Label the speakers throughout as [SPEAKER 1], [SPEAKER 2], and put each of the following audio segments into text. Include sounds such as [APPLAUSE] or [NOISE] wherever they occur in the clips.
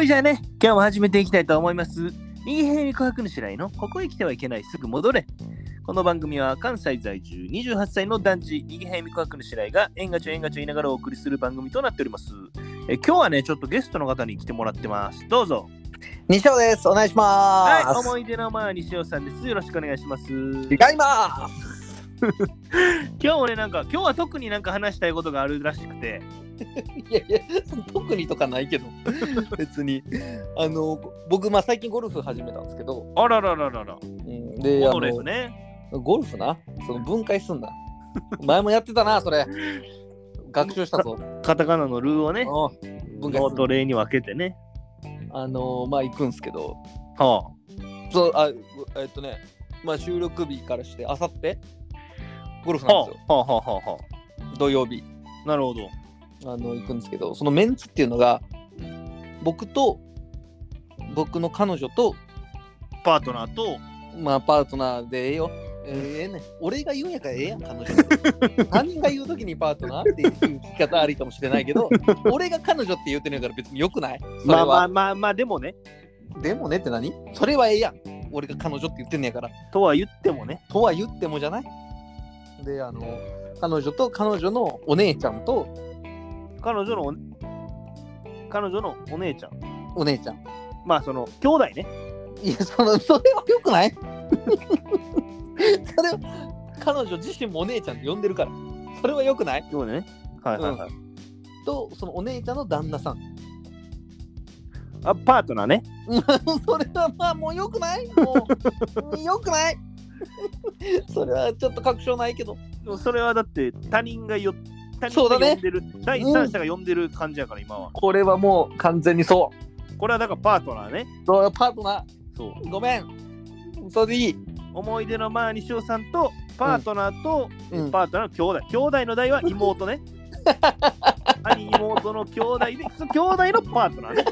[SPEAKER 1] れじゃあね、今日も始めていきたいと思います。右辺に琥珀の白井のここへ来てはいけないすぐ戻れ。この番組は関西在住28歳の男児、右辺に琥珀の白井が縁がちょ縁がちょ言いながらお送りする番組となっております。え今日はね、ちょっとゲストの方に来てもらってます。どうぞ。
[SPEAKER 2] 西尾です。お願いしま
[SPEAKER 1] はい、
[SPEAKER 2] す。
[SPEAKER 1] 思い出の前は西尾さんです。よろしくお願いします。
[SPEAKER 2] 違います。
[SPEAKER 1] 今日もね、なんか、今日は特になんか話したいことがあるらしくて、
[SPEAKER 2] いやいや、特にとかない
[SPEAKER 1] [LAUGHS]
[SPEAKER 2] けど、別に。あの、僕、まあ、最近ゴルフ始めたんですけど、
[SPEAKER 1] あららららら、
[SPEAKER 2] うん、で、あ
[SPEAKER 1] そうです
[SPEAKER 2] の、
[SPEAKER 1] ね。
[SPEAKER 2] ゴルフな、その分解すんだ。前もやって
[SPEAKER 1] [LAUGHS]
[SPEAKER 2] たな、それ。学習したぞ。
[SPEAKER 1] カタカナのルーをね、
[SPEAKER 2] うん分解
[SPEAKER 1] 脳
[SPEAKER 2] す
[SPEAKER 1] と
[SPEAKER 2] る。
[SPEAKER 1] 例に分けてね。
[SPEAKER 2] あの、まあ、行くんですけど、
[SPEAKER 1] は
[SPEAKER 2] そう、あ、えっとね、まあ、収録日からして、あさって、ゴルフ
[SPEAKER 1] あ、
[SPEAKER 2] なん
[SPEAKER 1] は
[SPEAKER 2] です
[SPEAKER 1] あ、はあ、はあ、はあ、は
[SPEAKER 2] よ。土曜日。
[SPEAKER 1] あ。なるほど。
[SPEAKER 2] あの行くんですけどそのメンツっていうのが僕と僕の彼女と、
[SPEAKER 1] パートナーと、
[SPEAKER 2] まあ、パートナーでええよ。ええええねん俺が言うんやからええやん彼
[SPEAKER 1] [LAUGHS]
[SPEAKER 2] 女他人が言う時にパートナーっていう聞き方ありかもしれないけど俺が彼女って言うてるんやから別によくないそれ
[SPEAKER 1] まあま
[SPEAKER 2] は、
[SPEAKER 1] あまあまあ、でもね、
[SPEAKER 2] でもねって何それはええやん俺が彼女って言ってんねやから
[SPEAKER 1] とは言ってもね、
[SPEAKER 2] とは言ってもじゃないであの彼女と彼女のお姉ちゃんと
[SPEAKER 1] 彼女のお、彼女のお姉ちゃん、
[SPEAKER 2] お姉ちゃん
[SPEAKER 1] まあその、兄弟ね。
[SPEAKER 2] いや、その、それは良くない [LAUGHS] それは、彼女自身もお姉ちゃんって呼んでるから。それは良くない
[SPEAKER 1] そうね。はいはいはい。
[SPEAKER 2] と、そのお姉ちゃんの旦那さん。 [LAUGHS]
[SPEAKER 1] あ、パートナーね。
[SPEAKER 2] それはまあ、もう良くないもう、良くない [LAUGHS] それはちょっと確証ないけど。
[SPEAKER 1] でもそれはだって、他人がよ、他
[SPEAKER 2] そ
[SPEAKER 1] 人
[SPEAKER 2] うだ
[SPEAKER 1] が呼
[SPEAKER 2] ね
[SPEAKER 1] んでる、第三者が呼んでる感じやから、今は。
[SPEAKER 2] これはもう完全にそ
[SPEAKER 1] これはだからパートナーね。
[SPEAKER 2] う。そうパートナ
[SPEAKER 1] そう。
[SPEAKER 2] ー、ごめん。それでいい。
[SPEAKER 1] 思い出のまあ西尾さんとパートナーと、え
[SPEAKER 2] うん
[SPEAKER 1] パートナーの兄弟兄弟の代は妹
[SPEAKER 2] [LAUGHS]
[SPEAKER 1] ね兄妹の兄弟でその兄弟のパートナーね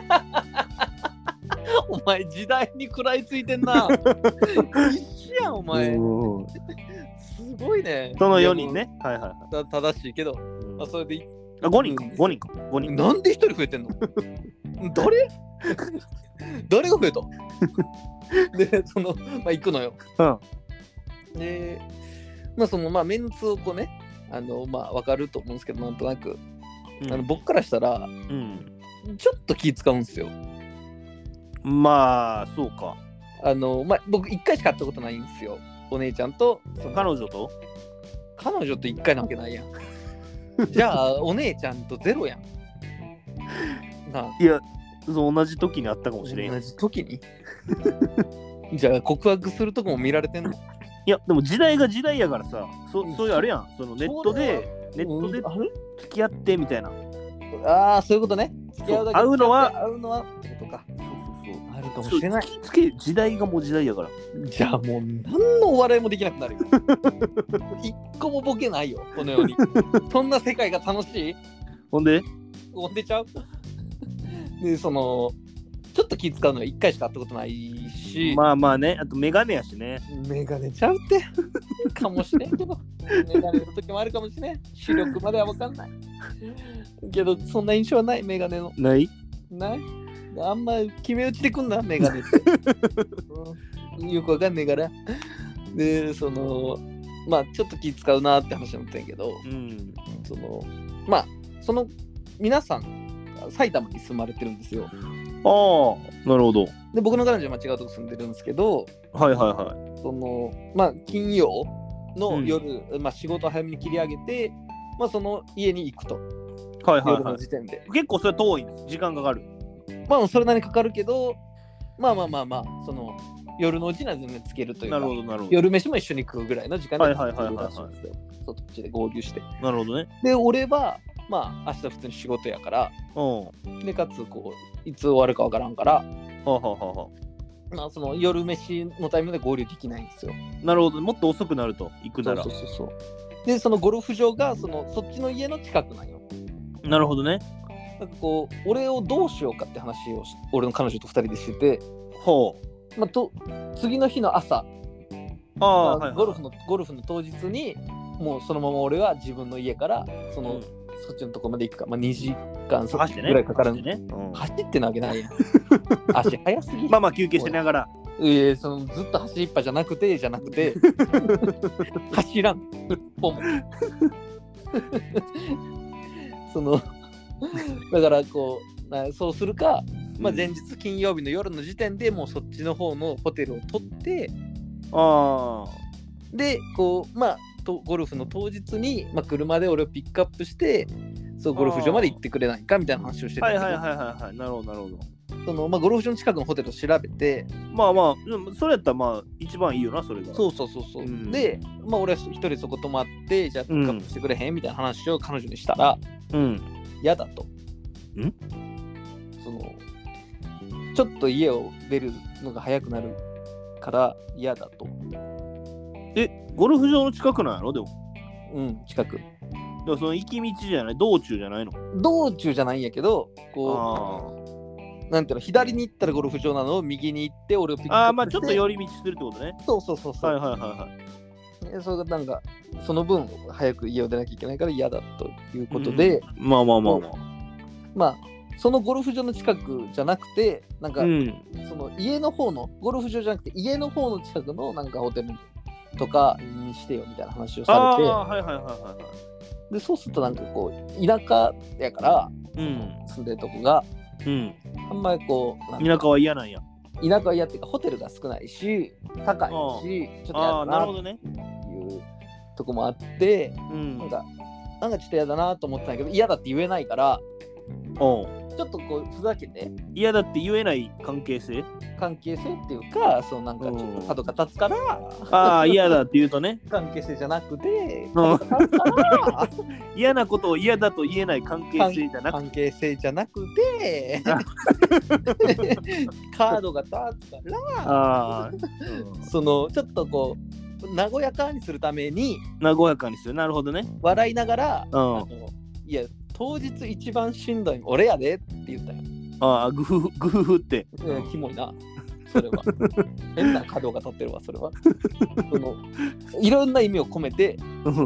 [SPEAKER 2] お前、時代に食らいついてん [LAUGHS] な。一緒やん、お前。すごいね。
[SPEAKER 1] その4人ねはいはいはい
[SPEAKER 2] いや。もうた正しいけど、まあ、それでいい
[SPEAKER 1] あ5人か5人か5人
[SPEAKER 2] なんで一人増えてんの誰誰が増えたでそのまあ行くのよ、でまあそのまあメンツをこうねあのまあ分かると思うんですけどなんとなく、
[SPEAKER 1] うん
[SPEAKER 2] あの僕からしたら
[SPEAKER 1] うん
[SPEAKER 2] ちょっと気使うんですよ
[SPEAKER 1] まあそうか
[SPEAKER 2] あのまあ僕一回しか会ったことないんですよお姉ちゃんとその
[SPEAKER 1] 彼女と
[SPEAKER 2] 彼女と一回なわけな
[SPEAKER 1] [LAUGHS]
[SPEAKER 2] いやんじゃあお姉ちゃんとゼロやんなあ
[SPEAKER 1] そう同じ時に会ったかもしれんよ
[SPEAKER 2] 同じ時に [LAUGHS] じゃあ告白するとこも見られてんの
[SPEAKER 1] いやでも時代が時代やからさそ
[SPEAKER 2] うん
[SPEAKER 1] そういうあれやんそのネットでネットで
[SPEAKER 2] うんあれ
[SPEAKER 1] 付き合ってみたいな
[SPEAKER 2] あーそういうことね付き合うだけ
[SPEAKER 1] 会うのは
[SPEAKER 2] 付き合って会うのはってことか
[SPEAKER 1] そうそうそう
[SPEAKER 2] あるかも
[SPEAKER 1] そう
[SPEAKER 2] しれない
[SPEAKER 1] つけ時代がもう時代やから
[SPEAKER 2] じゃあもう何のお笑いもできなくなるよ一個もボケないよこの世にそんな世界が楽しい
[SPEAKER 1] ほんで
[SPEAKER 2] おんでちゃう [LAUGHS] でそのちょっと気使うのは一回しか会ったことないし、
[SPEAKER 1] まあまあね、あとメガネやしね。
[SPEAKER 2] メガネちゃうってかもしれんけ [LAUGHS] どメガネの時もあるかもしれん視力までは分かんないけどそんな印象はないメガネの
[SPEAKER 1] ない
[SPEAKER 2] ないあんま決め打ちでくんなメガネって、 [LAUGHS] うんよく分かんねえからでそのまあちょっと気使うなって話になってんけど
[SPEAKER 1] うん。
[SPEAKER 2] そのまあその皆さん埼玉に住まれてるんですよ
[SPEAKER 1] ああ、なるほど。
[SPEAKER 2] で僕の彼女は違うとこ住んでるんですけど
[SPEAKER 1] はいはいは
[SPEAKER 2] そのまあ金曜の夜、まあ、仕事を早めに切り上げて、まあ、その家に行くと、
[SPEAKER 1] い。はいはい
[SPEAKER 2] 夜
[SPEAKER 1] は
[SPEAKER 2] の時点で
[SPEAKER 1] い。結構それ遠いんです。時間かかる。
[SPEAKER 2] まあそれなりにかかるけどまあまあまあまあその夜のうちには全然つけるという
[SPEAKER 1] な
[SPEAKER 2] か
[SPEAKER 1] るほどなるほど。
[SPEAKER 2] 夜飯も一緒に食うぐらいの時間
[SPEAKER 1] はい
[SPEAKER 2] で
[SPEAKER 1] はいはいはいはい
[SPEAKER 2] らしいんですよそっちで合流して
[SPEAKER 1] なるほどね。
[SPEAKER 2] で俺はまあ明日普通に仕事やから
[SPEAKER 1] うん。は
[SPEAKER 2] でかつこういつ終わるかわからんから、
[SPEAKER 1] あ、はあはあは
[SPEAKER 2] まあ、その夜飯のタイミングで合流できないんですよ
[SPEAKER 1] あ、なるほど。もっと遅くなると、行くな
[SPEAKER 2] そう
[SPEAKER 1] ら
[SPEAKER 2] そう。そうそうでそのゴルフ場がそのそっちの家の近くなんよ
[SPEAKER 1] なるほどね。
[SPEAKER 2] なんかこう俺をどうしようかって話をし俺の彼女と2人でしてて、
[SPEAKER 1] ほう。
[SPEAKER 2] まあ、と次の日の朝、
[SPEAKER 1] ああ、
[SPEAKER 2] まあ
[SPEAKER 1] はいはい。
[SPEAKER 2] ゴルフのゴルフの当日にもうそのまま俺は自分の家からその
[SPEAKER 1] う
[SPEAKER 2] そっちのとこまで行くか、まあ、2時間そ
[SPEAKER 1] 走ってね。
[SPEAKER 2] ぐらいかかる
[SPEAKER 1] 走ってね。うん
[SPEAKER 2] 走ってなわけな
[SPEAKER 1] [LAUGHS]
[SPEAKER 2] いやん足速すぎ
[SPEAKER 1] まあまあ休憩しながら。
[SPEAKER 2] いえそのずっと走りっぱじゃなくてじゃなく
[SPEAKER 1] [LAUGHS]
[SPEAKER 2] て走らん一歩もそのだからこうなそうするか、まあ、前日金曜日の夜の時点でもうそっちの方のホテルを取って
[SPEAKER 1] あ
[SPEAKER 2] でこうまあとゴルフの当日に、まあ、車で俺をピックアップしてそうゴルフ場まで行ってくれないかみたいな話をして
[SPEAKER 1] あ。
[SPEAKER 2] た
[SPEAKER 1] は
[SPEAKER 2] ん
[SPEAKER 1] い
[SPEAKER 2] だけ
[SPEAKER 1] はいは
[SPEAKER 2] ど
[SPEAKER 1] いはいはい。なるほどなるほど。
[SPEAKER 2] そのまあゴルフ場の近くのホテルを調べて
[SPEAKER 1] まあまあ、でもそれやったらまあ一番いいよな、それが。
[SPEAKER 2] そうそうそうそう、
[SPEAKER 1] うん
[SPEAKER 2] で、まあ、俺は一人そこ泊まってじゃあピックアップしてくれへん、みたいな話を彼女にしたら
[SPEAKER 1] うん。
[SPEAKER 2] 嫌だと
[SPEAKER 1] ん
[SPEAKER 2] そのちょっと家を出るのが早くなるから嫌だと
[SPEAKER 1] え、ゴルフ場の近くなんやろでも。
[SPEAKER 2] うん近く
[SPEAKER 1] だからその行き道じゃない、道中じゃないの。
[SPEAKER 2] 道中じゃないんやけどこうなんていうの左に行ったらゴルフ場なのを右に行って俺をピック
[SPEAKER 1] あ
[SPEAKER 2] ア
[SPEAKER 1] あ、
[SPEAKER 2] ップ
[SPEAKER 1] ま
[SPEAKER 2] し
[SPEAKER 1] あ
[SPEAKER 2] て
[SPEAKER 1] ちょっと寄り道するってことね。
[SPEAKER 2] そうそうそうそう、
[SPEAKER 1] はいはいはいはい。
[SPEAKER 2] でそれがなんかその分早く家を出なきゃいけないから嫌だということで、
[SPEAKER 1] まあまあまあま
[SPEAKER 2] まあそのゴルフ場の近くじゃなくてなん
[SPEAKER 1] あ。
[SPEAKER 2] か、
[SPEAKER 1] うん。
[SPEAKER 2] その家の方のゴルフ場じゃなくて家の方の近くのなんかホテルとかにしてよみたいな話を
[SPEAKER 1] あ
[SPEAKER 2] され
[SPEAKER 1] あ、はいはいはいはいはい。
[SPEAKER 2] てでそうするとなんかこう田舎やから
[SPEAKER 1] うん。
[SPEAKER 2] 住んでるとこが
[SPEAKER 1] うん。
[SPEAKER 2] あんまりこうなんか
[SPEAKER 1] 田舎は嫌なんや。
[SPEAKER 2] 田舎は嫌っていうかホテルが少ないし高いしちょっと嫌
[SPEAKER 1] ああ
[SPEAKER 2] だ
[SPEAKER 1] ー、な
[SPEAKER 2] な
[SPEAKER 1] る
[SPEAKER 2] っ
[SPEAKER 1] ほどね。
[SPEAKER 2] ていうとこもあって
[SPEAKER 1] うん
[SPEAKER 2] なんかなんかちょっと嫌だなと思ってたんやけど嫌だって言えないから
[SPEAKER 1] おう
[SPEAKER 2] ちょっとこうふざけて
[SPEAKER 1] 嫌だって言えない関係性
[SPEAKER 2] 関係性っていうかそのなんかちょっと角が立つから
[SPEAKER 1] ああ、嫌だって言うとね。
[SPEAKER 2] 関係性じゃなくて
[SPEAKER 1] うん
[SPEAKER 2] 角が立つから
[SPEAKER 1] [LAUGHS] 嫌なことを嫌だと言えない関係性じゃなく
[SPEAKER 2] 関係性じゃなくて
[SPEAKER 1] [LAUGHS]
[SPEAKER 2] カードが立つから
[SPEAKER 1] ああ、
[SPEAKER 2] そのちょっとこう和やかにするために
[SPEAKER 1] 和やかにする。なるほどね。
[SPEAKER 2] 笑いながら
[SPEAKER 1] う
[SPEAKER 2] 「
[SPEAKER 1] ん。
[SPEAKER 2] あ
[SPEAKER 1] あ
[SPEAKER 2] のいや当日一番しんどいの俺やで」って言ったよ
[SPEAKER 1] あ、グフフ、グフフって。
[SPEAKER 2] いや。キモいなそれ
[SPEAKER 1] [LAUGHS]
[SPEAKER 2] は変な角が立ってるわそれはそのいろんな意味を込めて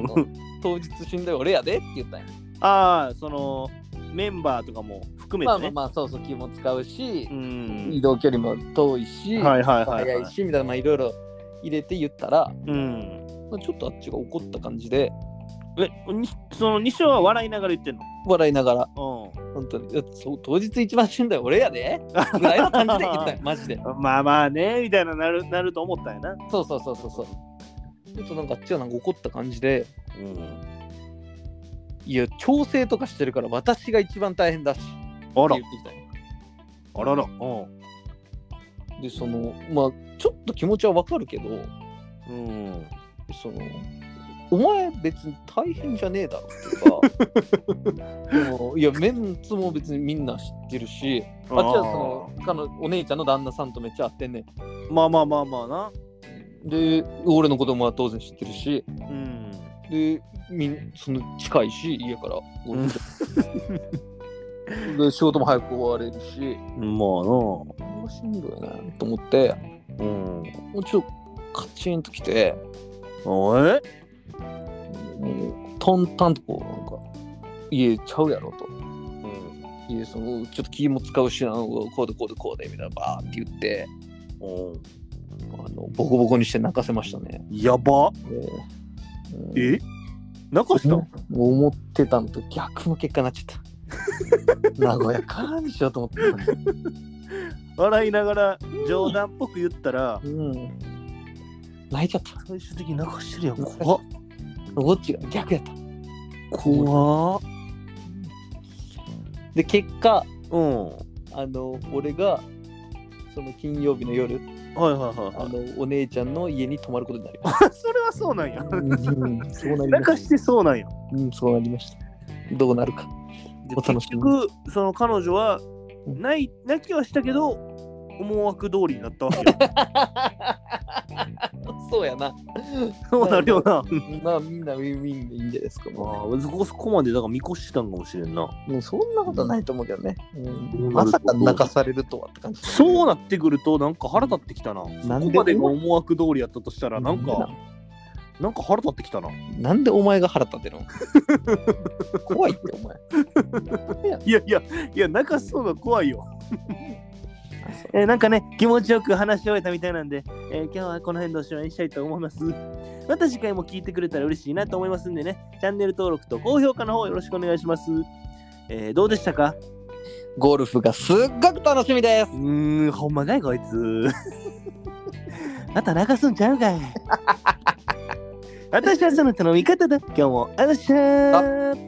[SPEAKER 2] 「当日しんどい俺やで」って言ったよ
[SPEAKER 1] ああ、その、メンバーとかも含め
[SPEAKER 2] ま
[SPEAKER 1] て
[SPEAKER 2] あまあ
[SPEAKER 1] ね。
[SPEAKER 2] まあそうそう気も使うし
[SPEAKER 1] う、
[SPEAKER 2] 移
[SPEAKER 1] ん。
[SPEAKER 2] 動距離も遠いし、
[SPEAKER 1] はいはいはい
[SPEAKER 2] 早
[SPEAKER 1] はいい。
[SPEAKER 2] しみたいなまあいろいろ入れて言ったら
[SPEAKER 1] うん。
[SPEAKER 2] まあちょっとあっちが怒った感じで
[SPEAKER 1] え、にその、西尾は笑いながら言ってん
[SPEAKER 2] 笑いながら
[SPEAKER 1] のう
[SPEAKER 2] 本当にいやそう当日一番しんどい俺やでぐらいの感じで言
[SPEAKER 1] [LAUGHS]
[SPEAKER 2] ったよマジで
[SPEAKER 1] ん。まあまあね、みたいななる、なると思ったんやな。
[SPEAKER 2] そうそうそうそうそうちょっとなんかあっちはなんか怒った感じで
[SPEAKER 1] うん。
[SPEAKER 2] いや調整とかしてるから私が一番大変だしって
[SPEAKER 1] あ
[SPEAKER 2] 言
[SPEAKER 1] ら
[SPEAKER 2] って、きたよ
[SPEAKER 1] あらら。うん。
[SPEAKER 2] でそのまあちょっと気持ちはわかるけど
[SPEAKER 1] うん。
[SPEAKER 2] そのお前別に大変じゃねえだろと
[SPEAKER 1] [LAUGHS]
[SPEAKER 2] かでもいやメンツも別にみんな知ってるしあっちはその彼のお姉ちゃんの旦那さんとめっちゃ会ってんね
[SPEAKER 1] まあまあまあまあな。
[SPEAKER 2] んで俺のことも当然知ってるし
[SPEAKER 1] うん。
[SPEAKER 2] でみんその近いし家から俺みたいなで仕事も早く終われるし
[SPEAKER 1] ま
[SPEAKER 2] あんましんどいなと思って
[SPEAKER 1] あな。うん。
[SPEAKER 2] もうちょっとカチンときて
[SPEAKER 1] おえ
[SPEAKER 2] もう淡々とこうなんか家ちゃうやろと
[SPEAKER 1] うん。
[SPEAKER 2] いやそのちょっと気も使うしなこうでこうでこうでみたいなバーって言って
[SPEAKER 1] お
[SPEAKER 2] あのボコボコにして泣かせましたね。
[SPEAKER 1] やば。
[SPEAKER 2] でうん
[SPEAKER 1] え泣かした
[SPEAKER 2] もう思ってたのと逆の結果になっちゃった。和やかにしようと思ってた、ね。
[SPEAKER 1] 笑いながら冗談っぽく言ったら、
[SPEAKER 2] うん。泣いちゃった。
[SPEAKER 1] 最終的に泣かしてるやん。
[SPEAKER 2] 怖っどっちが逆やった。
[SPEAKER 1] 怖っ。
[SPEAKER 2] で結果
[SPEAKER 1] うん。
[SPEAKER 2] あの俺がその金曜日の夜
[SPEAKER 1] はいはいはい
[SPEAKER 2] あ
[SPEAKER 1] はい。
[SPEAKER 2] のお姉ちゃんの家に泊まることになりまし
[SPEAKER 1] それはそうなんや
[SPEAKER 2] た。。うん、そうなり
[SPEAKER 1] 泣
[SPEAKER 2] ま
[SPEAKER 1] か
[SPEAKER 2] し
[SPEAKER 1] してそうなんや。
[SPEAKER 2] た。うん、そうなりました。どうなるか。お楽し
[SPEAKER 1] 結
[SPEAKER 2] みに
[SPEAKER 1] 局、その彼女は、
[SPEAKER 2] うん
[SPEAKER 1] ない、泣きはしたけど、思惑通りになったわけよ。
[SPEAKER 2] [LAUGHS] そうやな。
[SPEAKER 1] [LAUGHS] そうなるよ [LAUGHS] な。
[SPEAKER 2] まあみんなウィンウィンでいいんじゃないですか。も
[SPEAKER 1] ああ、そこそこまでだから見越してたんかもしれんな。
[SPEAKER 2] うもうそんなことないと思うけどね。うん
[SPEAKER 1] うん
[SPEAKER 2] まさか泣かされるとはって感じ。
[SPEAKER 1] そうなってくるとなんか腹立ってきたな。そ
[SPEAKER 2] なんで
[SPEAKER 1] こまでが思惑通りやったとしたらなんかなんか腹立ってきたな。
[SPEAKER 2] なんでお前が腹立てるの [LAUGHS] 怖いってお前。
[SPEAKER 1] いやいや、いや、泣かすのが怖いよ。 [LAUGHS] えーなんかね、気持ちよく話し終えたみたいなんで、えー今日はこの辺でおしまいにしたいと思います。また次回も聞いてくれたら嬉しいなと思いますんでね、チャンネル登録と高評価の方よろしくお願いします。えーどうでしたか
[SPEAKER 2] ゴルフがすっごく楽しみです
[SPEAKER 1] う。ーん、ほんまかいこいつ。また泣かすんちゃうかい。私はその人の味方だ。今日もあらっしゃー。